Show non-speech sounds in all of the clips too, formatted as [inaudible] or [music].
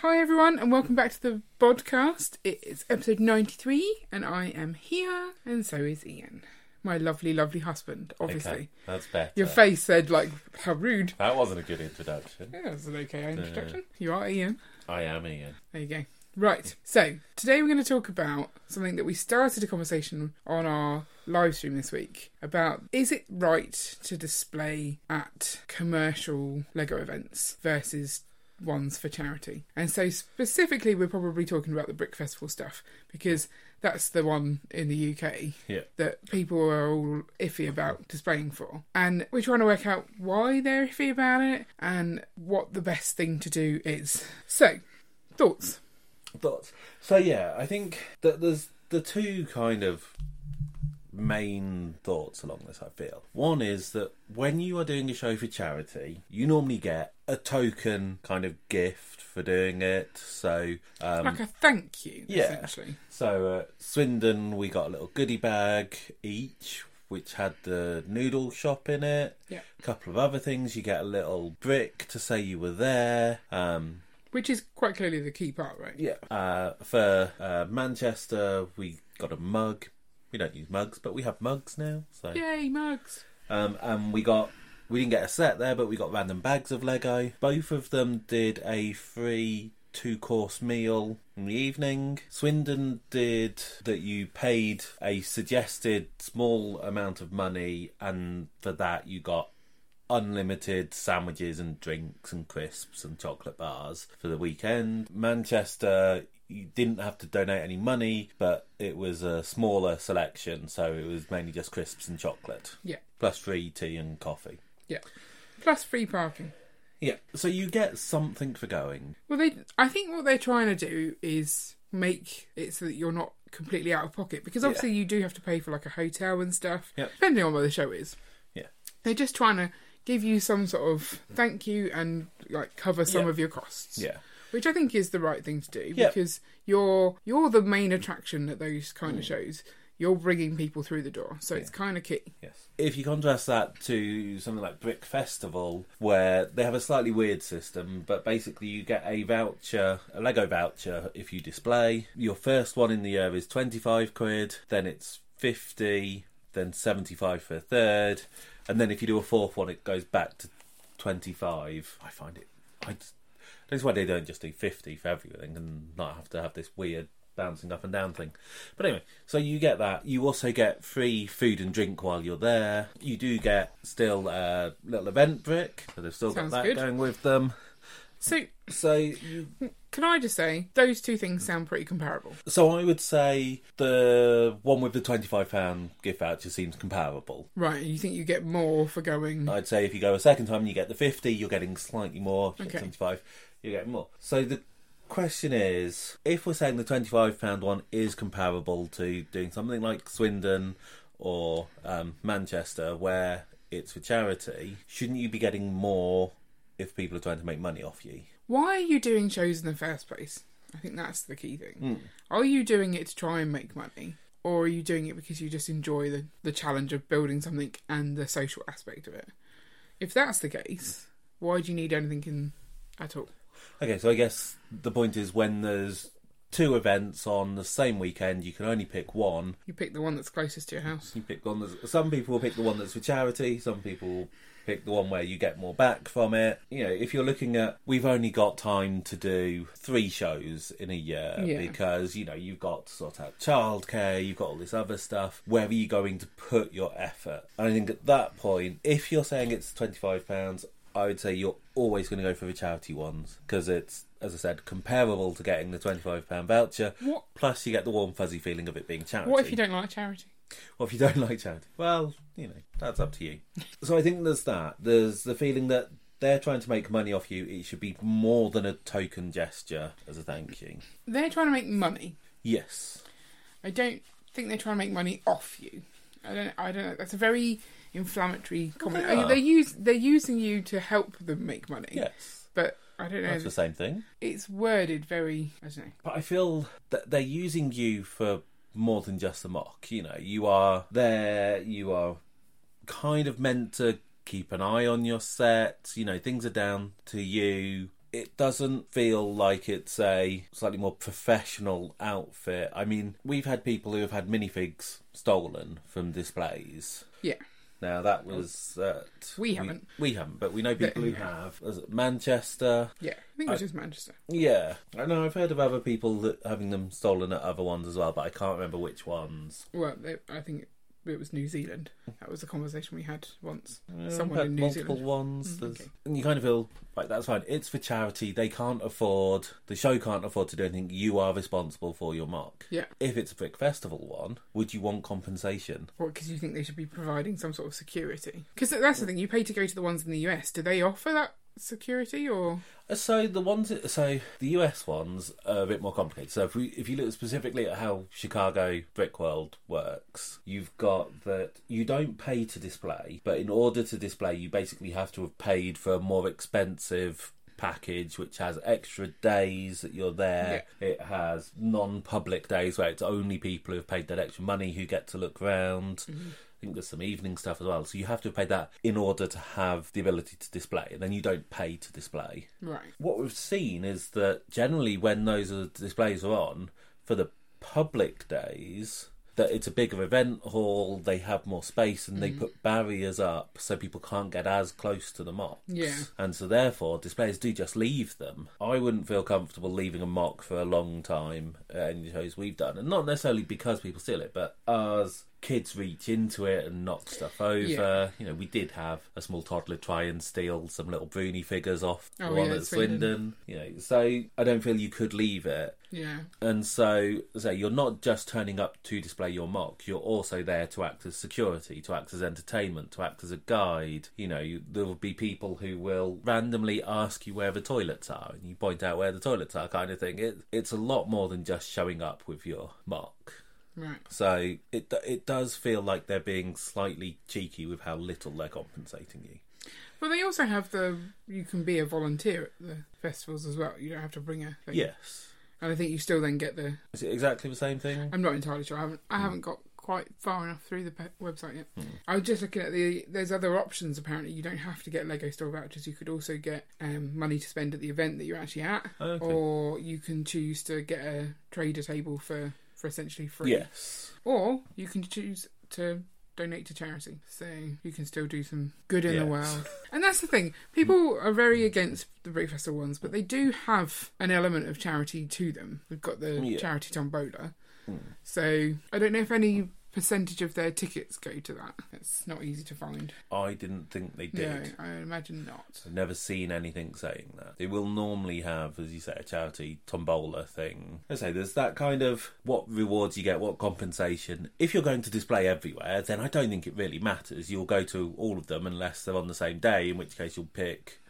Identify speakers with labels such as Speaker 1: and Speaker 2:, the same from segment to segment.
Speaker 1: Hi everyone, and welcome back to the podcast. It is episode ninety-three, and I am here, and so is Ian, my lovely, lovely husband. Obviously,
Speaker 2: Okay, Uh, that's better.
Speaker 1: your face said like, "How rude."
Speaker 2: That wasn't a good introduction.
Speaker 1: Yeah, that was an okay introduction. You are Ian.
Speaker 2: I am Ian.
Speaker 1: There you go. Right. So today we're going to talk about something that we started a conversation on our live stream this week about is it right to display at commercial Lego events versus ones for charity? And so specifically, we're probably talking about the Brick Festival stuff because that's the one in the UK
Speaker 2: Yeah.
Speaker 1: that people are all iffy about displaying for. And we're trying to work out why they're iffy about it and what the best thing to do is. So, thoughts?
Speaker 2: Thoughts. So yeah, I think that there's the two kind of main thoughts along this. I feel one is that when you are doing a show for charity, you normally get a token kind of gift for doing it. So um,
Speaker 1: Like a thank you,
Speaker 2: yeah.
Speaker 1: essentially.
Speaker 2: So uh, Swindon, we got a little goodie bag each, which had the noodle shop in it.
Speaker 1: Yeah.
Speaker 2: A couple of other things. You get a little brick to say you were there. Um,
Speaker 1: Which is quite clearly the key part, right?
Speaker 2: yeah. Uh, for uh, Manchester, we got a mug. We don't use mugs, but we have mugs now. So
Speaker 1: Yay, mugs.
Speaker 2: um, and we got we didn't get a set there, but we got random bags of Lego. Both of them did a free two course meal in the evening. Swindon did that you paid a suggested small amount of money, and for that you got unlimited sandwiches and drinks and crisps and chocolate bars for the weekend. Manchester, you didn't have to donate any money, but it was a smaller selection, so it was mainly just crisps and chocolate,
Speaker 1: Yeah,
Speaker 2: plus free tea and coffee.
Speaker 1: yeah. Plus free parking.
Speaker 2: Yeah, so you get something for going.
Speaker 1: Well, they. I think what they're trying to do is make it so that you're not completely out of pocket because obviously you do have to pay for like a hotel and stuff,
Speaker 2: Yep.
Speaker 1: depending on where the show is.
Speaker 2: Yeah.
Speaker 1: They're just trying to give you some sort of thank you and like cover some
Speaker 2: Yeah.
Speaker 1: of your costs.
Speaker 2: Yeah.
Speaker 1: Which I think is the right thing to do
Speaker 2: Yeah.
Speaker 1: because you're you're the main attraction at those kind of
Speaker 2: Mm.
Speaker 1: shows. You're bringing people through the door, so it's kind of key.
Speaker 2: Yes. If you contrast that to something like Brick Festival, where they have a slightly weird system, but basically you get a voucher, a Lego voucher, if you display. Your first one in the year is 25 quid, then it's 50, then 75 for a third, and then if you do a fourth one, it goes back to 25. I find it. I just, that's why they don't just do 50 for everything and not have to have this weird bouncing up and down thing. But anyway, so you get that. You also get free food and drink while you're there. You do get still a little event brick, so they've still
Speaker 1: Sounds
Speaker 2: got that
Speaker 1: good.
Speaker 2: going with them.
Speaker 1: So,
Speaker 2: So, you,
Speaker 1: can I just say those two things sound pretty comparable?
Speaker 2: so I would say the one with the twenty-five pound gift voucher seems comparable.
Speaker 1: Right? You think you get more for going?
Speaker 2: I'd say if you go a second time and you get the 50, you're getting slightly more. If you get
Speaker 1: Okay.
Speaker 2: 25, you're getting more. So the question is if we're saying the £25 one is comparable to doing something like Swindon or um, Manchester, where it's for charity, shouldn't you be getting more if people are trying to make money off you?
Speaker 1: Why are you doing shows in the first place? I think that's the key thing. Are you doing it to try and make money? Or are you doing it because you just enjoy the, the challenge of building something and the social aspect of it? If that's the case, why do you need anything in at all?
Speaker 2: Okay, so I guess the point is when there's two events on the same weekend, you can only pick one.
Speaker 1: You pick the one that's closest to your house.
Speaker 2: You pick one that's. Some people will pick the one that's for charity. Some people will pick the one where you get more back from it. You know, if you're looking at, we've only got time to do three shows in a year
Speaker 1: Yeah.
Speaker 2: because you know you've got to sort out childcare, you've got all this other stuff. Where are you going to put your effort? And I think at that point, if you're saying it's twenty five pounds, I would say you're always going to go for the charity ones because it's. As I said, comparable to getting the twenty-five pound voucher,
Speaker 1: What-
Speaker 2: plus you get the warm fuzzy feeling of it being charity.
Speaker 1: What if you don't like charity?
Speaker 2: Well, if you don't [laughs] like charity, well, you know, that's up to you. So I think there's that. There's the feeling that they're trying to make money off you. It should be more than a token gesture as a thank you.
Speaker 1: They're trying to make money.
Speaker 2: Yes.
Speaker 1: I don't think they're trying to make money off you. I don't. I don't know. That's a very inflammatory comment.
Speaker 2: they
Speaker 1: They
Speaker 2: are.
Speaker 1: are use. They're using you to help them make money.
Speaker 2: Yes.
Speaker 1: But I don't know.
Speaker 2: That's the same thing.
Speaker 1: it's worded very I don't know.
Speaker 2: But I feel that they're using you for more than just a mock. You know, you are there, you are kind of meant to keep an eye on your set. You know, things are down to you. it doesn't feel like it's a slightly more professional outfit. I mean, we've had people who have had minifigs stolen from displays.
Speaker 1: Yeah.
Speaker 2: Now that was at,
Speaker 1: We haven't.
Speaker 2: we, haven't, but we know
Speaker 1: [laughs]
Speaker 2: people who have. Was it Manchester?
Speaker 1: Yeah. I think it was just Manchester.
Speaker 2: Yeah, I know. I've heard of other people that having them stolen at other ones as well, but I can't remember which ones.
Speaker 1: Well, they, I think it, it was New Zealand. That was a conversation we had once.
Speaker 2: Yeah, I've
Speaker 1: Someone
Speaker 2: heard
Speaker 1: Uh, in New
Speaker 2: Uh, multiple
Speaker 1: Zealand.
Speaker 2: ones.
Speaker 1: Mm,
Speaker 2: There's-
Speaker 1: okay.
Speaker 2: And you kind of feel like that's fine. It's for charity. They can't afford. The show can't afford to do anything. You are responsible for your mock.
Speaker 1: Yeah.
Speaker 2: If it's a brick festival one, would you want compensation?
Speaker 1: What? Because you think they should be providing some sort of security? Because that's the thing. You pay to go to the ones in the US. Do they offer that security or?
Speaker 2: So the ones, so the US ones are a bit more complicated. So if we, if you look specifically at how Chicago Brick World works, you've got that you don't pay to display, but in order to display, you basically have to have paid for a more expensive package which has extra days that you're there it has non-public days where it's only people who have paid that extra money who get to look round I think there's some evening stuff as well. So you have to pay that in order to have the ability to display, and then you don't pay to display
Speaker 1: Right.
Speaker 2: what we've seen is that generally when those uh, displays are on for the public days that it's a bigger event hall they have more space and they put barriers up so people can't get as close to the mocks
Speaker 1: Yeah.
Speaker 2: and so therefore displays do just leave them i wouldn't feel comfortable leaving a mock for a long time at any shows we've done and not necessarily because people steal it but as kids reach into it and knock stuff over you know we did have a small toddler try and steal some little bruni figures off
Speaker 1: Oh,
Speaker 2: the one
Speaker 1: yeah,
Speaker 2: at
Speaker 1: Swindon.
Speaker 2: Swindon. You know, so I don't feel you could leave it.
Speaker 1: Yeah.
Speaker 2: And so, so you're not just turning up to display your mock. You're also there to act as security, to act as entertainment, to act as a guide. You know, you, there will be people who will randomly ask you where the toilets are, and you point out where the toilets are, kind of thing. It, it's a lot more than just showing up with your mock.
Speaker 1: Right.
Speaker 2: So it do- it does feel like they're being slightly cheeky with how little they're compensating you.
Speaker 1: Well, they also have the you can be a volunteer at the festivals as well. You don't have to bring a thing.
Speaker 2: Yes,
Speaker 1: And I think you still then get the.
Speaker 2: is it exactly the same thing?
Speaker 1: I'm not entirely sure. I haven't. I haven't got quite far enough through the pe- website yet.
Speaker 2: Hmm.
Speaker 1: I was just looking at the. There's other options. Apparently, you don't have to get Lego store vouchers. You could also get um, money to spend at the event that you're actually at,
Speaker 2: Okay.
Speaker 1: or you can choose to get a trader table for for essentially free.
Speaker 2: Yes.
Speaker 1: Or you can choose to donate to charity. So you can still do some good in the
Speaker 2: Yes.
Speaker 1: world. And that's the thing. People are very against the Brick Festival ones, but they do have an element of charity to them. We've got the
Speaker 2: Yeah.
Speaker 1: charity tombola.
Speaker 2: Hmm.
Speaker 1: So I don't know if any percentage of their tickets go to that. It's not easy to find.
Speaker 2: I didn't think they did.
Speaker 1: No, I imagine not.
Speaker 2: I've never seen anything saying that. They will normally have, as you say, a charity tombola thing. I say there's that kind of what rewards you get, what compensation. If you're going to display everywhere, then I don't think it really matters. You'll go to all of them unless they're on the same day, in which case you'll pick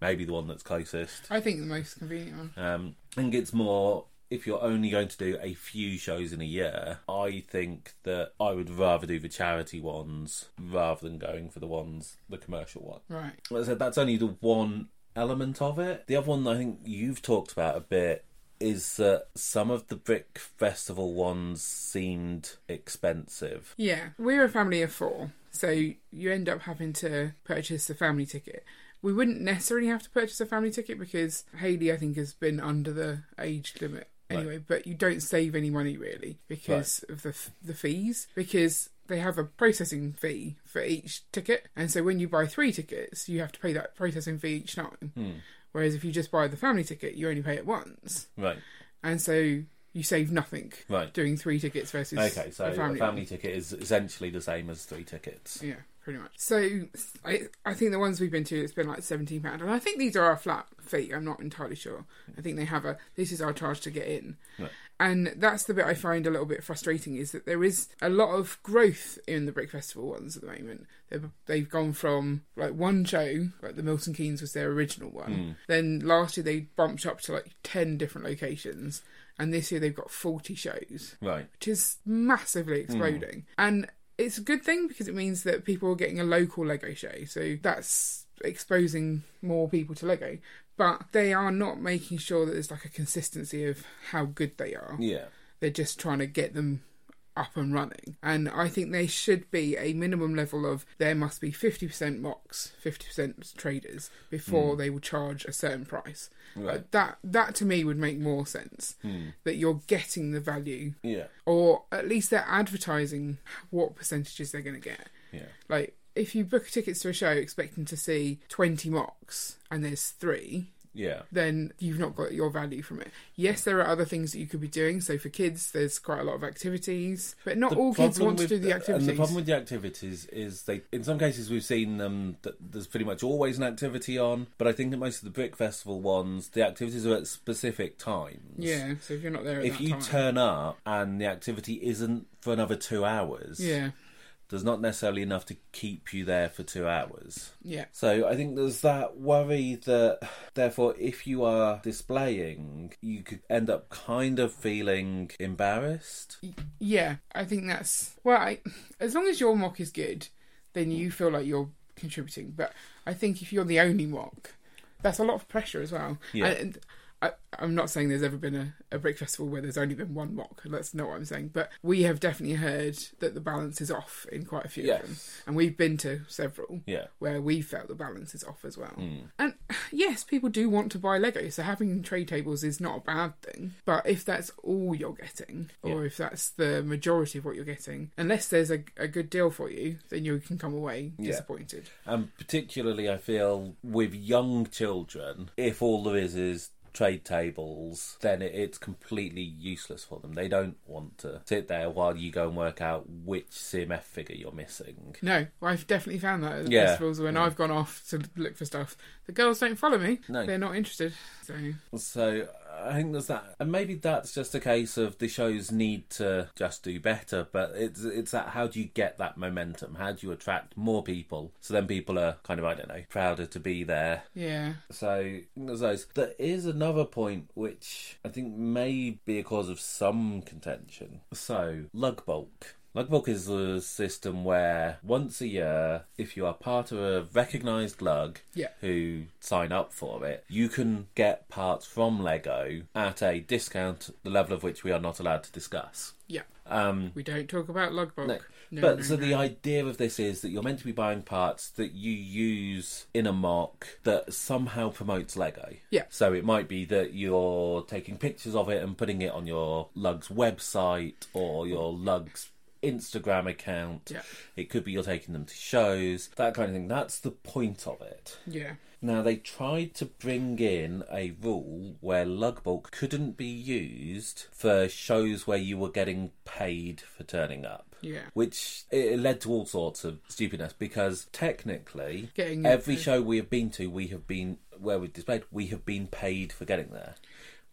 Speaker 2: maybe the one that's closest.
Speaker 1: I think the most convenient one.
Speaker 2: Um, I think it's more if you're only going to do a few shows in a year. I think that I would rather do the charity ones rather than going for the ones, the commercial ones
Speaker 1: Right.
Speaker 2: like I said, that's only the one element of it. The other one I think you've talked about a bit is that some of the brick festival ones seemed expensive.
Speaker 1: Yeah, we're a family of four, so you end up having to purchase a family ticket. We wouldn't necessarily have to purchase a family ticket because Haley, I think, has been under the age limit anyway. But you don't save any money really because of the f- the fees because they have a processing fee for each ticket, and so when you buy three tickets, you have to pay that processing fee each time.
Speaker 2: Hmm.
Speaker 1: Whereas if you just buy the family ticket, you only pay it once,
Speaker 2: Right.
Speaker 1: and so you save nothing
Speaker 2: Right.
Speaker 1: doing three tickets versus
Speaker 2: Okay, so
Speaker 1: a family,
Speaker 2: a family ticket is essentially the same as three tickets.
Speaker 1: yeah, pretty much. So I I think the ones we've been to, it's been like seventeen pound, and I think these are our flat fee. I'm not entirely sure. I think they have a this is our charge to get in,
Speaker 2: Right.
Speaker 1: and that's the bit I find a little bit frustrating is that there is a lot of growth in the Brick Festival ones at the moment. They've they've gone from like one show, like the Milton Keynes was their original one. Then last year they bumped up to like ten different locations, and this year they've got forty shows
Speaker 2: Right.
Speaker 1: which is massively exploding. And it's a good thing because it means that people are getting a local Lego show. So that's exposing more people to Lego. But they are not making sure that there's like a consistency of how good they are.
Speaker 2: Yeah.
Speaker 1: They're just trying to get them up and running. And I think there should be a minimum level of there must be 50% mocks, 50% traders before they will charge a certain price.
Speaker 2: Mm. Right. Hmm,
Speaker 1: Uh, that that to me would make more sense that you're getting the value
Speaker 2: Yeah.
Speaker 1: or at least they're advertising what percentages they're going to get.
Speaker 2: Yeah.
Speaker 1: Like if you book tickets to a show expecting to see 20 mocks and there's 3,
Speaker 2: Yeah.
Speaker 1: then you've not got your value from it. Yes, there are other things that you could be doing. So for kids, there's quite a lot of activities, but not all kids
Speaker 2: problem
Speaker 1: want to
Speaker 2: with-
Speaker 1: do the activities.
Speaker 2: And the problem with the activities is they, in some cases, we've seen them that there's pretty much always an activity on. But I think at most of the Brick Festival ones, the activities are at specific times.
Speaker 1: yeah, so if you're not there at
Speaker 2: If
Speaker 1: that
Speaker 2: you
Speaker 1: time,
Speaker 2: turn up and the activity isn't for another two hours,
Speaker 1: yeah,
Speaker 2: there's not necessarily enough to keep you there for two hours.
Speaker 1: yeah,
Speaker 2: So I think there's that worry that, therefore, if you are displaying, you could end up kind of feeling embarrassed.
Speaker 1: yeah, I think that's well. I, as long as your mock is good, then you feel like you're contributing. But I think if you're the only mock, that's a lot of pressure as well.
Speaker 2: Yeah.
Speaker 1: And I, I'm not saying there's ever been a, a brick festival where there's only been one mock. That's not what I'm saying. But we have definitely heard that the balance is off in quite a few
Speaker 2: Yes.
Speaker 1: of them, and we've been to several.
Speaker 2: Yeah.
Speaker 1: where we felt the balance is off as well.
Speaker 2: Hmm.
Speaker 1: And [sighs] yes, people do want to buy Lego, so having trade tables is not a bad thing. But if that's all you're getting, or
Speaker 2: Yeah.
Speaker 1: if that's the majority of what you're getting, unless there's a, a good deal for you, then you can come away
Speaker 2: Yeah.
Speaker 1: disappointed.
Speaker 2: And particularly, I feel with young children, if all there is is trade tables, then it, it's completely useless for them. They don't want to sit there while you go and work out which CMF figure you're missing.
Speaker 1: No, I've definitely found that at
Speaker 2: Yeah.
Speaker 1: festivals when I've gone off to look for stuff. The girls don't follow me;
Speaker 2: No.
Speaker 1: they're not interested. So
Speaker 2: So I think there's that, and maybe that's just a case of the shows need to just do better. But it's it's that how do you get that momentum? How do you attract more people? So then people are kind of I don't know prouder to be there.
Speaker 1: yeah,
Speaker 2: So I think there's those. There is another point which I think may be a cause of some contention. So lug bulk. Lug bulk is a system where once a year, if you are part of a recognised lug
Speaker 1: Yeah.
Speaker 2: who sign up for it, you can get parts from Lego at a discount, the level of which we are not allowed to discuss.
Speaker 1: yeah.
Speaker 2: Um,
Speaker 1: We don't talk about log bulk.
Speaker 2: no.
Speaker 1: No,
Speaker 2: but
Speaker 1: no,
Speaker 2: so
Speaker 1: no.
Speaker 2: the idea of this is that you're meant to be buying parts that you use in a mock that somehow promotes Lego.
Speaker 1: Yeah.
Speaker 2: So it might be that you're taking pictures of it and putting it on your Lugs website or your Lugs Instagram account.
Speaker 1: Yeah.
Speaker 2: It could be you're taking them to shows, that kind of thing. That's the point of it.
Speaker 1: yeah,
Speaker 2: Now, they tried to bring in a rule where lug bulk couldn't be used for shows where you were getting paid for turning up.
Speaker 1: Yeah.
Speaker 2: Which it led to all sorts of stupidness because technically,
Speaker 1: Getting-
Speaker 2: every show we have been to, we have been, where we've displayed, we have been paid for getting there.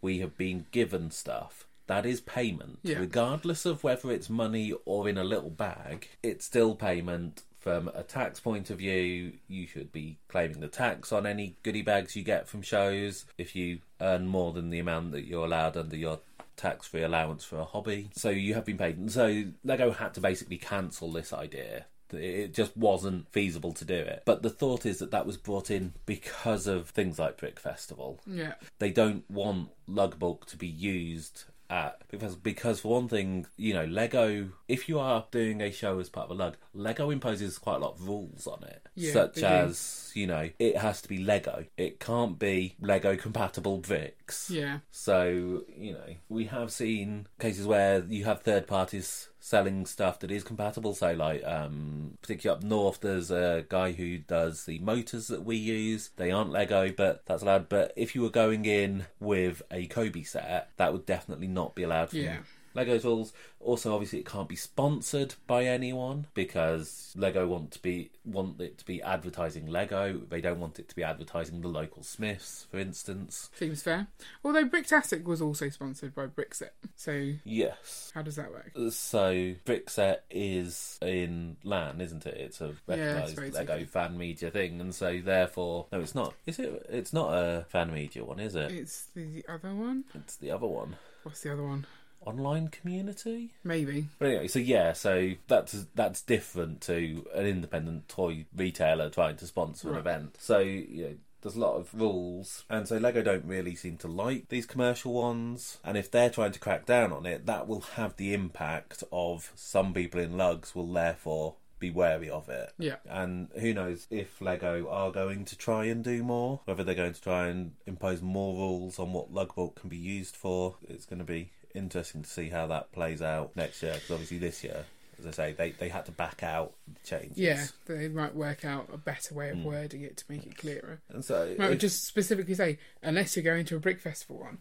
Speaker 2: We have been given stuff. That is payment.
Speaker 1: Yeah.
Speaker 2: Regardless of whether it's money or in a little bag, it's still payment. From a tax point of view, you should be claiming the tax on any goodie bags you get from shows if you earn more than the amount that you're allowed under your tax free allowance for a hobby. So you have been paid. And so Lego had to basically cancel this idea. It just wasn't feasible to do it. But the thought is that that was brought in because of things like Brick Festival
Speaker 1: yeah,
Speaker 2: they don't want lug bulk to be used at because because for one thing, you know, Lego if you are doing a show as part of a lug, Lego imposes quite a lot of rules on it.
Speaker 1: Yeah, they
Speaker 2: such
Speaker 1: do.
Speaker 2: as, you know, it has to be Lego. It can't be Lego compatible bricks.
Speaker 1: yeah,
Speaker 2: So, you know, we have seen cases where you have third parties selling stuff that is compatible. So, like, um, particularly up north, there's a guy who does the motors that we use. They aren't Lego, but that's allowed. But if you were going in with a Kobe set, that would definitely not be allowed. From
Speaker 1: Yeah.
Speaker 2: Lego tools. Also, obviously, it can't be sponsored by anyone because Lego want to be want it to be advertising Lego. They don't want it to be advertising the local Smiths, for instance.
Speaker 1: seems fair. Although Bricktastic was also sponsored by Brickset, so
Speaker 2: Yes.
Speaker 1: how does that work?
Speaker 2: So Brixet is in LAN, isn't it? It's a recognised
Speaker 1: very
Speaker 2: Lego
Speaker 1: secret.
Speaker 2: fan media thing, and so therefore, no, it's not. Is it? It's not a fan media one, is it?
Speaker 1: It's the other one.
Speaker 2: It's the other one,
Speaker 1: What's the other one?
Speaker 2: online community.
Speaker 1: Maybe.
Speaker 2: But anyway, so yeah, so that's that's different to an independent toy retailer trying to sponsor an
Speaker 1: Right.
Speaker 2: event. So you know, There's a lot of rules, and so Lego don't really seem to like these commercial ones. And if they're trying to crack down on it, that will have the impact of some people in lugs will therefore be wary of it.
Speaker 1: Yeah.
Speaker 2: And who knows if Lego are going to try and do more, whether they're going to try and impose more rules on what lug bolt can be used for. It's going to be interesting to see how that plays out next year, because obviously this year, as I say, they, they had to back out the changes.
Speaker 1: Yeah, they might work out a better way of wording it to make it clearer.
Speaker 2: And so,
Speaker 1: Might
Speaker 2: if-
Speaker 1: just specifically say, unless you're going to a brick festival one,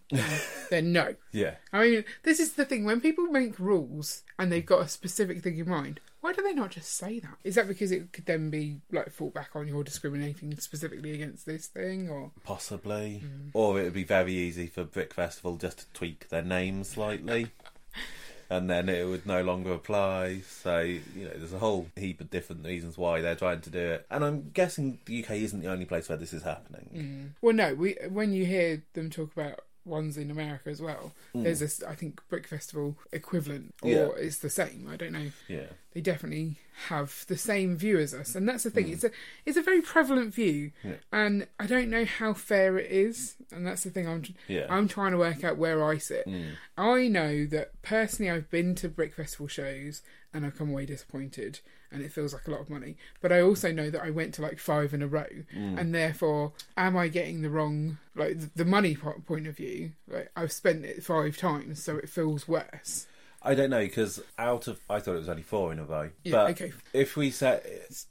Speaker 1: then no.
Speaker 2: yeah.
Speaker 1: I mean, this is the thing when people make rules and they've got a specific thing in mind, why do they not just say that? Is that because it could then be like fought back on you're discriminating specifically against this thing or
Speaker 2: Possibly.
Speaker 1: Mm.
Speaker 2: Or it would be very easy for Brick Festival just to tweak their
Speaker 1: [laughs]
Speaker 2: name slightly. And then it would no longer apply. So, you know, there's a whole heap of different reasons why they're trying to do it. And I'm guessing the UK isn't the only place where this is happening.
Speaker 1: Well, no. We when you hear them talk about ones in America as well, there's this I think Brick Festival equivalent, or
Speaker 2: Hmm. Yeah.
Speaker 1: it's the same. I don't know.
Speaker 2: Yeah.
Speaker 1: They definitely have the same view as us, and that's the
Speaker 2: Hmm.
Speaker 1: thing. It's a it's a very prevalent view, and I don't know how fair it is. And that's the thing. I'm tr-
Speaker 2: Yeah. Mm.
Speaker 1: I'm trying to work out where I sit. I know that personally, I've been to Brick Festival shows and I've come away disappointed, and it feels like a lot of money. But I also know that I went to like five in a row,
Speaker 2: Mm.
Speaker 1: and therefore, am I getting the wrong like th- the money po- point of view? Like I've spent it five times, so it feels worse.
Speaker 2: I don't know, because out of. I thought it was only four in a row.
Speaker 1: Yeah,
Speaker 2: but
Speaker 1: okay.
Speaker 2: if we said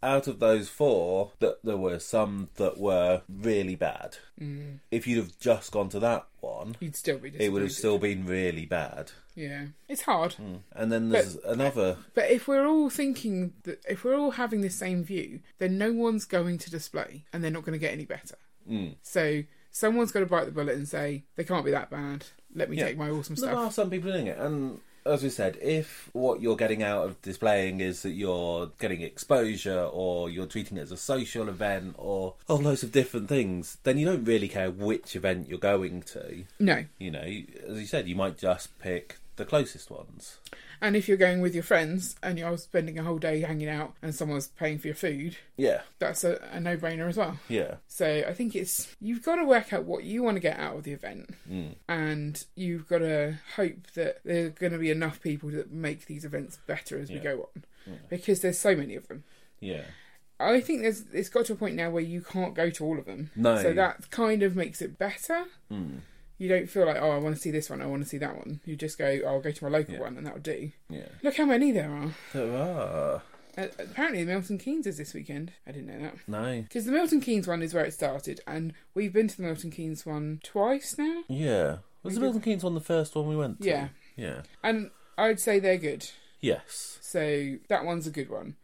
Speaker 2: out of those four, that there were some that were really bad. Mm. If you'd have just gone to that one,
Speaker 1: You'd still be disappointed.
Speaker 2: it would have still been really bad.
Speaker 1: yeah. It's hard.
Speaker 2: And then there's another.
Speaker 1: But if we're all thinking that if we're all having the same view, then no one's going to display and they're not going to get any better.
Speaker 2: Hmm.
Speaker 1: Mm. So someone's got to bite the bullet and say, they can't be that bad. Let me
Speaker 2: Yeah.
Speaker 1: take my awesome
Speaker 2: There
Speaker 1: stuff.
Speaker 2: are some people doing it, and as we said, if what you're getting out of displaying is that you're getting exposure or you're treating it as a social event or all loads of different things, then you don't really care which event you're going to.
Speaker 1: No.
Speaker 2: You know, as you said, you might just pick the closest ones.
Speaker 1: And if you're going with your friends and you're spending a whole day hanging out and someone's paying for your food,
Speaker 2: Yeah,
Speaker 1: that's a, a no brainer as well.
Speaker 2: yeah,
Speaker 1: So I think it's you've got to work out what you want to get out of the event,
Speaker 2: Hmm.
Speaker 1: and you've got to hope that there are going to be enough people that make these events better as we
Speaker 2: Yeah.
Speaker 1: go on, because there's so many of them.
Speaker 2: yeah.
Speaker 1: I think there's it's got to a point now where you can't go to all of them.
Speaker 2: No. Hmm.
Speaker 1: So that kind of makes it better. You don't feel like, oh, I want to see this one, I want to see that one. You just go, oh, I'll go to my local
Speaker 2: Yeah.
Speaker 1: one, and that'll do.
Speaker 2: Yeah.
Speaker 1: Look how many there are.
Speaker 2: There are.
Speaker 1: Uh, apparently, the Milton Keynes is this weekend. I didn't know that.
Speaker 2: No.
Speaker 1: Because the Milton Keynes one is where it started, and we've been to the Milton Keynes one twice now.
Speaker 2: Yeah. Was the Milton Keynes one the first one we went to?
Speaker 1: Yeah.
Speaker 2: Yeah.
Speaker 1: And I'd say they're good.
Speaker 2: Yes. Hmm.
Speaker 1: So that one's a good one.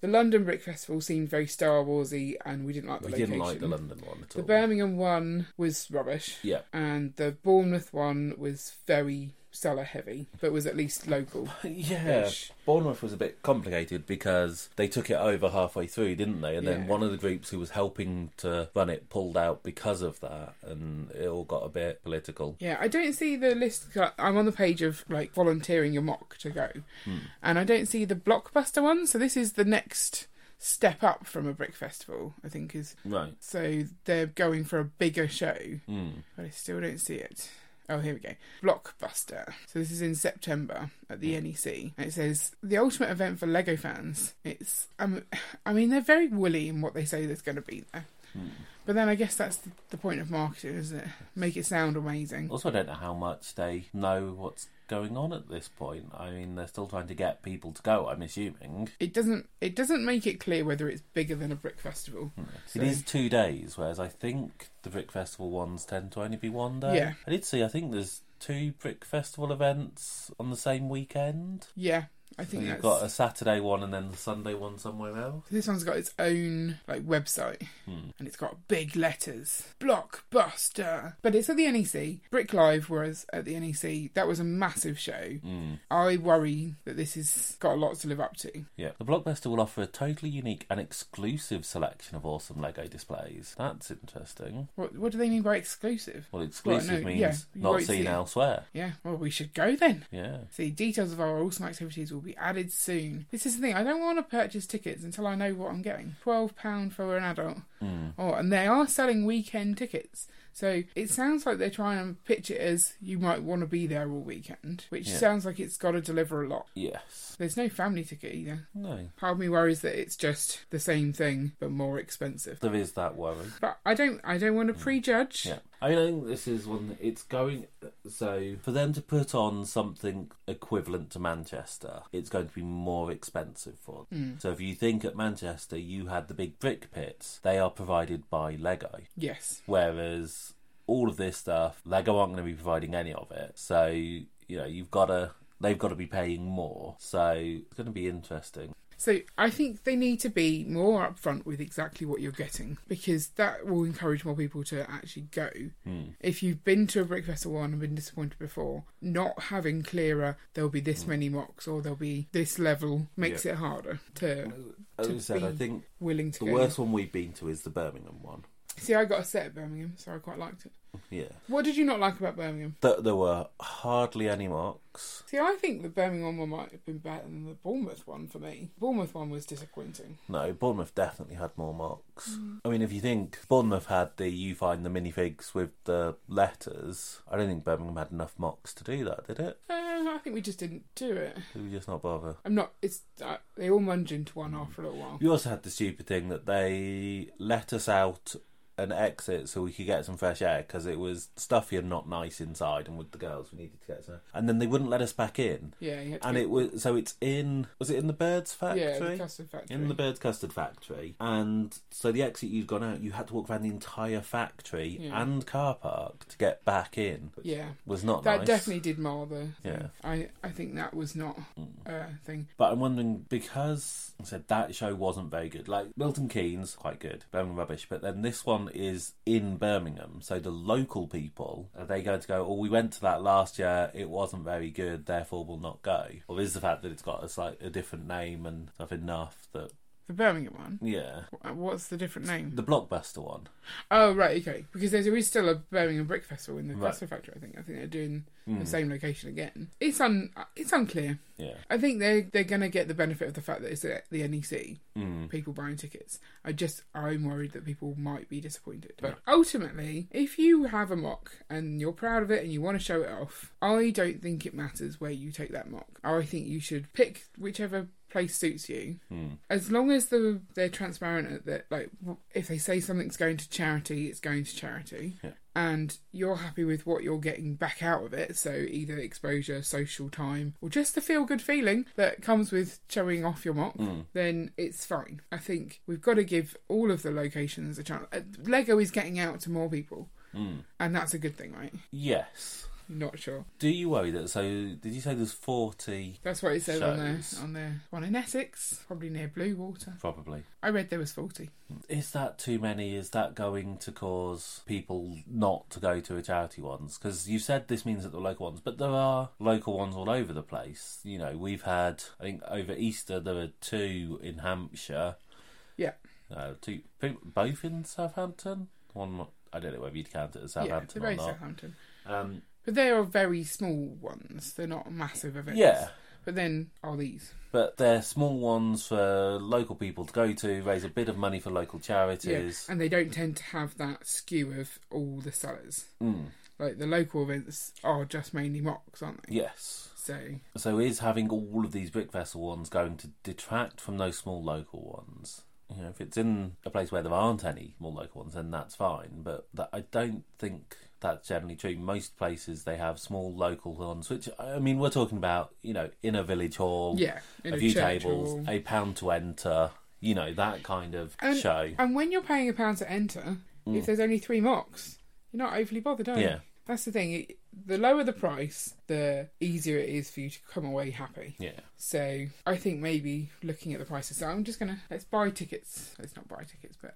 Speaker 1: The London Brick Festival seemed very Star Warsy, and we didn't like the
Speaker 2: We
Speaker 1: location.
Speaker 2: didn't like the London one at
Speaker 1: The
Speaker 2: all.
Speaker 1: Birmingham one was rubbish, [laughs]
Speaker 2: yeah.
Speaker 1: and the Bournemouth one was very seller heavy, but was at least local.
Speaker 2: Yeah,
Speaker 1: Ish.
Speaker 2: Bournemouth was a bit complicated because they took it over halfway through, didn't they? And then
Speaker 1: Yeah.
Speaker 2: one of the groups who was helping to run it pulled out because of that, and it all got a bit political.
Speaker 1: Yeah, I don't see the list. I'm on the page of like volunteering your mock to go,
Speaker 2: Hmm.
Speaker 1: and I don't see the blockbuster one. So this is the next step up from a brick festival, I think. Is
Speaker 2: Right.
Speaker 1: so they're going for a bigger show,
Speaker 2: Mm.
Speaker 1: but I still don't see it. Oh, here we go. Blockbuster. So this is in September at the NEC. And it says the ultimate event for Lego fans. It's um, [sighs] I mean they're very woolly in what they say there's going to be there.
Speaker 2: Hmm.
Speaker 1: But then I guess that's the, the point of marketing, isn't it? Make it sound amazing.
Speaker 2: Also, I don't know how much they know what's going on at this point. I mean, they're still trying to get people to go. I'm assuming
Speaker 1: it doesn't it doesn't make it clear whether it's bigger than a brick festival. Hmm. So-
Speaker 2: it is two days, whereas I think the Brick Festival ones tend to only be one day.
Speaker 1: Yeah.
Speaker 2: I did see. I think there's two Brick Festival events on the same weekend.
Speaker 1: Yeah, I
Speaker 2: So
Speaker 1: think
Speaker 2: you've
Speaker 1: that's
Speaker 2: got a Saturday one and then the Sunday one somewhere else.
Speaker 1: this one's got its own like website and it's got big letters blockbuster but it's at the nec brick live was at the nec that was a massive show
Speaker 2: Hmm.
Speaker 1: i worry that this has got a lot to live up to
Speaker 2: Yeah. The Blockbuster will offer a totally unique and exclusive selection of awesome Lego displays. That's interesting.
Speaker 1: what, what do they mean by exclusive
Speaker 2: Well, exclusive
Speaker 1: Well, no,
Speaker 2: means
Speaker 1: yeah, you
Speaker 2: not
Speaker 1: won't see
Speaker 2: seen
Speaker 1: it.
Speaker 2: elsewhere.
Speaker 1: yeah well we should go then
Speaker 2: Yeah.
Speaker 1: see details of our awesome activities will be added soon. This is the thing, I don't want to purchase tickets until I know what I'm getting. £12 for an adult.
Speaker 2: Hmm.
Speaker 1: Oh, and they are selling weekend tickets. So it sounds like they're trying to pitch it as you might want to be there all weekend, which
Speaker 2: Yeah.
Speaker 1: sounds like it's got to deliver a lot.
Speaker 2: Yes.
Speaker 1: There's no family ticket either.
Speaker 2: No.
Speaker 1: Part of me worries that it's just the same thing but more expensive.
Speaker 2: There is that worry.
Speaker 1: But I don't I don't want to prejudge.
Speaker 2: Mm. Yeah. I mean, I think this is one that it's going. So, for them to put on something equivalent to Manchester, it's going to be more expensive for
Speaker 1: Hmm.
Speaker 2: them. So, if you think at Manchester, you had the big brick pits, they are provided by Lego.
Speaker 1: Yes.
Speaker 2: Whereas all of this stuff, Lego aren't going to be providing any of it. So, you know, you've got to. They've got to be paying more. So, it's going to be interesting.
Speaker 1: So I think they need to be more upfront with exactly what you're getting because that will encourage more people to actually go.
Speaker 2: Hmm.
Speaker 1: If you've been to a Brick Festival one and been disappointed before, not having clearer there'll be this many mocks or there'll be this level makes
Speaker 2: Hmm. Yeah.
Speaker 1: it harder to
Speaker 2: As
Speaker 1: To
Speaker 2: I said, I
Speaker 1: be
Speaker 2: think
Speaker 1: willing to
Speaker 2: the
Speaker 1: go.
Speaker 2: worst one we've been to is the Birmingham one.
Speaker 1: See, I got a set at Birmingham, so I quite liked it.
Speaker 2: Yeah.
Speaker 1: What did you not like about Birmingham?
Speaker 2: Th- there were hardly any marks.
Speaker 1: See, I think the Birmingham one might have been better than the Bournemouth one for me. Bournemouth one was disappointing.
Speaker 2: No, Bournemouth definitely had more marks.
Speaker 1: Mm.
Speaker 2: I mean, if you think Bournemouth had the you find the minifigs with the letters, I don't think Birmingham had enough mocks to do that, did it?
Speaker 1: Uh, I think we just didn't do it.
Speaker 2: Did we just not bother?
Speaker 1: I'm not. It's uh, they all munge into one after a little while.
Speaker 2: We also had the stupid thing that they let us out an exit so we could get some fresh air because it was stuffy and not nice inside, and with the girls, we needed to get some. And then they wouldn't let us back in.
Speaker 1: Yeah, you had to
Speaker 2: And
Speaker 1: be-
Speaker 2: it was so it's in was it in the birds factory?
Speaker 1: yeah, the custard factory.
Speaker 2: In the Bird Custard Factory. And so the exit you'd gone out, you had to walk around the entire factory
Speaker 1: Yeah.
Speaker 2: and car park to get back in. which
Speaker 1: Hmm. yeah,
Speaker 2: Was not
Speaker 1: that
Speaker 2: nice.
Speaker 1: definitely did mar the. thing.
Speaker 2: Yeah.
Speaker 1: I I think that was not a thing.
Speaker 2: Hmm. But I'm wondering because I said that show wasn't very good. Like Milton Keynes, quite good, Birmingham rubbish. But then this one is in Birmingham, so the local people are they going to go? Oh, we went to that last year. It wasn't very good, therefore we'll not go. Or is the fact that it's got a slight a different name and stuff enough that
Speaker 1: The Birmingham one.
Speaker 2: yeah,
Speaker 1: Wh- uh, What's the different name?
Speaker 2: the blockbuster one.
Speaker 1: Oh right, okay. Because there's, there is still a Birmingham Brick Festival in the
Speaker 2: Right.
Speaker 1: custard factory. I think. I think they're doing the same location again. It's un. uh, It's unclear.
Speaker 2: Hmm. Yeah,
Speaker 1: I think they they're gonna get the benefit of the fact that it's at the E NEC.
Speaker 2: Mm,
Speaker 1: People buying tickets. I just I'm worried that people might be disappointed. But ultimately, if you have a mock and you're proud of it and you want to show it off, I don't think it matters where you take that mock. I think you should pick whichever place suits you
Speaker 2: mm,
Speaker 1: as long as the they're transparent at that like w- if they say something's going to charity it's going to charity
Speaker 2: Yeah.
Speaker 1: and you're happy with what you're getting back out of it so either exposure social time or just the feel good feeling that comes with showing off your mock
Speaker 2: mm,
Speaker 1: then it's fine i think we've got to give all of the locations a chance Uh, lego is getting out to more people and that's a good thing right
Speaker 2: mm. Yes.
Speaker 1: not sure
Speaker 2: Do you worry that? So, did you say there's 40?
Speaker 1: that's what it says on there
Speaker 2: Shows.
Speaker 1: on there one in essex probably near blue water
Speaker 2: Probably.
Speaker 1: i read there was 40
Speaker 2: Is that too many? Is that going to cause people not to go to a charity ones? Because you said this means that the local ones, but there are local ones all over the place. You know, we've had, I think over Easter, there were two in Hampshire,
Speaker 1: yeah
Speaker 2: uh, two, both in Southampton. One, I don't know whether you'd count it as
Speaker 1: yeah
Speaker 2: Southampton
Speaker 1: they're very
Speaker 2: or not.
Speaker 1: southampton
Speaker 2: Um,
Speaker 1: But they are very small ones. They're not massive events.
Speaker 2: Yeah.
Speaker 1: But then are these?
Speaker 2: but they're small ones for local people to go to, raise a bit of money for local charities.
Speaker 1: And they don't tend to have that skew of all the sellers.
Speaker 2: Hmm,
Speaker 1: Like the local events are just mainly mocks, aren't they?
Speaker 2: Yes.
Speaker 1: So
Speaker 2: So is having all of these brick vessel ones going to detract from those small local ones? You know, if it's in a place where there aren't any more local ones, then that's fine. But that, I don't think that's generally true. Most places they have small local ones, which I mean, we're talking about you know, in a village hall,
Speaker 1: Yeah, in
Speaker 2: a,
Speaker 1: a
Speaker 2: few
Speaker 1: church
Speaker 2: tables,
Speaker 1: hall.
Speaker 2: a pound to enter, you know, that kind of
Speaker 1: and,
Speaker 2: show. Hmm.
Speaker 1: And when you're paying a pound to enter, if there's only three mocks, you're not overly bothered, are you?
Speaker 2: Mm. Yeah.
Speaker 1: That's the thing. It, the lower the price, the easier it is for you to come away happy.
Speaker 2: yeah,
Speaker 1: So I think maybe looking at the prices. So I'm just gonna let's buy tickets. Let's not buy tickets, but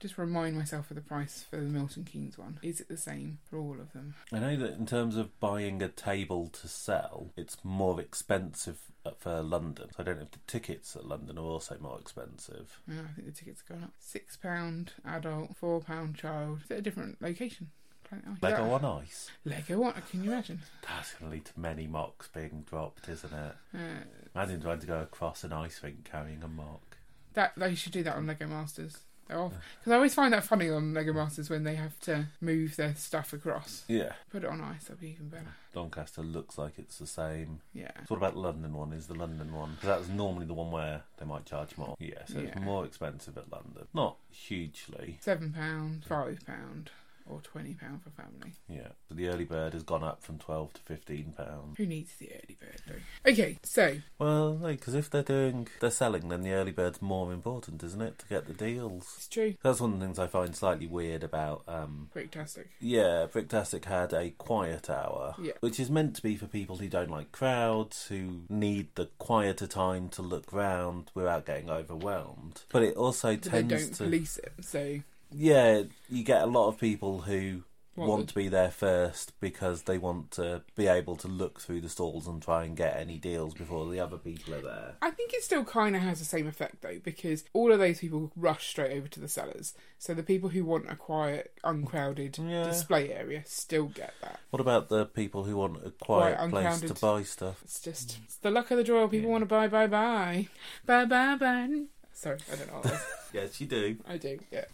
Speaker 1: just remind myself of the price for the Milton Keynes one. Is it the same for all of them?
Speaker 2: I know that in terms of buying a table to sell, it's more expensive for London. So I don't know if the tickets at London are also more expensive.
Speaker 1: Oh, I think the tickets have gone up. Six pound adult, four pound child. Is it a different location? Planet Ice.
Speaker 2: Lego
Speaker 1: That-
Speaker 2: on ice.
Speaker 1: Lego on. Can you imagine?
Speaker 2: That's going to lead to many mocks being dropped, isn't it?
Speaker 1: Uh,
Speaker 2: Imagine trying to go across an ice rink carrying a mock.
Speaker 1: that they should do that on Lego Masters. Because I always find that funny on Lego Masters when they have to move their stuff across.
Speaker 2: Yeah.
Speaker 1: Put it on ice, that'd be even better.
Speaker 2: Doncaster looks like it's the same.
Speaker 1: Yeah.
Speaker 2: So what about the London one? Is the London one? Because that's normally the one where they might charge more. Yeah, so it's
Speaker 1: Yeah.
Speaker 2: more expensive at London. Not hugely.
Speaker 1: Seven pound, five pound, or twenty pound for family.
Speaker 2: Yeah. But the early bird has gone up from 12 to 15 pounds.
Speaker 1: Who needs the early bird though? Okay, so
Speaker 2: Well, because if they're doing, they're selling, then the early bird's more important, isn't it? To get the deals.
Speaker 1: it's true.
Speaker 2: That's one of the things I find slightly weird about um,
Speaker 1: Bricktastic.
Speaker 2: Yeah, Bricktastic had a quiet hour,
Speaker 1: Yeah.
Speaker 2: which is meant to be for people who don't like crowds, who need the quieter time to look round without getting overwhelmed. But it also
Speaker 1: But they
Speaker 2: tends
Speaker 1: don't
Speaker 2: to,
Speaker 1: police it, so
Speaker 2: yeah, you get a lot of people who
Speaker 1: Well,
Speaker 2: want to be there first because they want to be able to look through the stalls and try and get any deals before the other people are there.
Speaker 1: I think it still kind of has the same effect though, because all of those people rush straight over to the sellers. So the people who want a quiet, uncrowded
Speaker 2: Yeah.
Speaker 1: display area still get that.
Speaker 2: What about the people who want a quiet
Speaker 1: Quiet,
Speaker 2: place to
Speaker 1: uncrowded.
Speaker 2: buy stuff?
Speaker 1: It's just it's the luck of the draw. People
Speaker 2: Yeah.
Speaker 1: want to buy, buy, buy, buy, buy, buy. Sorry, I don't know. What that is.
Speaker 2: Yes, you do.
Speaker 1: I do, yeah.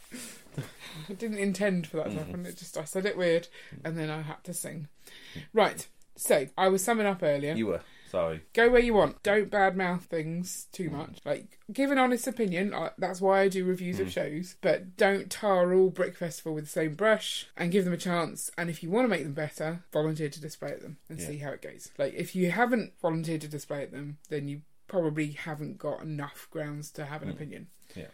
Speaker 1: I didn't intend for that to happen. It just I said it weird, and then I had to sing. Right. So I was summing up earlier.
Speaker 2: You were. Sorry.
Speaker 1: Go where you want. Don't badmouth things
Speaker 2: Mm.
Speaker 1: too much. Like give an honest opinion. I, that's why I do reviews
Speaker 2: Mm.
Speaker 1: of shows. But don't tar all Brick Festival with the same brush. And give them a chance. And if you want to make them better, volunteer to display at them and
Speaker 2: Yeah.
Speaker 1: see how it goes. Like if you haven't volunteered to display at them, then you probably haven't got enough grounds to have an opinion.
Speaker 2: Mm. Yeah.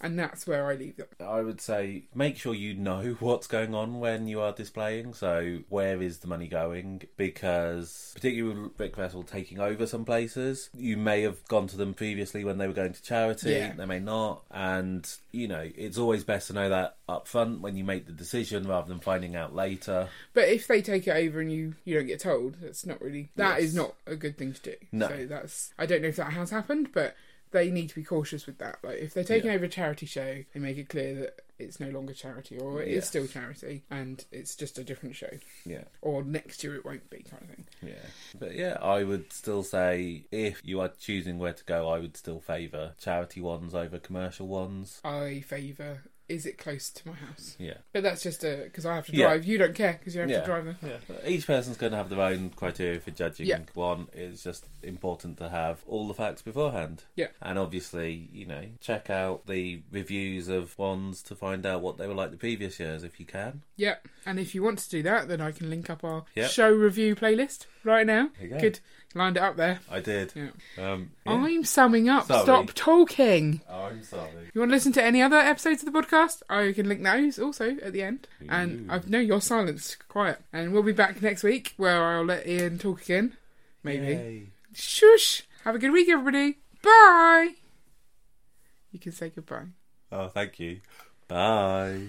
Speaker 1: And that's where I leave them.
Speaker 2: I would say make sure you know [laughs] what's going on when you are displaying. So where is the money going? Because particularly with Brick Vessel taking over some places, you may have gone to them previously when they were going to charity.
Speaker 1: Yeah.
Speaker 2: They may not, and you know it's always best to know that up front when you make the decision rather than finding out later.
Speaker 1: But if they take it over and you you don't get told, that's not really that is
Speaker 2: Yes.
Speaker 1: not a good thing to do.
Speaker 2: No.
Speaker 1: So that's I don't know if that has happened, but they need to be cautious with that. Like if they're taking
Speaker 2: Yeah.
Speaker 1: over a charity show, they make it clear that it's no longer charity or it is
Speaker 2: Yes.
Speaker 1: still charity and it's just a different show.
Speaker 2: Yeah.
Speaker 1: Or next year it won't be kind of thing.
Speaker 2: Yeah. But yeah, I would still say if you are choosing where to go, I would still favour charity ones over commercial ones.
Speaker 1: I favour is it close to my house?
Speaker 2: Yeah.
Speaker 1: But that's just a because I have to
Speaker 2: Yeah.
Speaker 1: drive. You don't care because you have
Speaker 2: Yeah.
Speaker 1: to drive there.
Speaker 2: Yeah. Each person's going to have their own criteria for judging
Speaker 1: Yeah.
Speaker 2: one. It's just important to have all the facts beforehand.
Speaker 1: Yeah.
Speaker 2: And obviously, you know, check out the reviews of ones to find out what they were like the previous years if you can.
Speaker 1: Yeah, and if you want to do that, then I can link up our
Speaker 2: Yep.
Speaker 1: show review playlist right now.
Speaker 2: There you go.
Speaker 1: Good, lined it up there.
Speaker 2: I did.
Speaker 1: Yeah.
Speaker 2: Um,
Speaker 1: I'm summing up.
Speaker 2: Sorry.
Speaker 1: Stop talking.
Speaker 2: I'm sorry.
Speaker 1: You want to listen to any other episodes of the podcast? I can link those also at the end. And I know you're silenced, quiet. And we'll be back next week where I'll let Ian talk again. Maybe. Shush. Have a good week, everybody. Bye. You can say goodbye.
Speaker 2: Oh, thank you. Bye.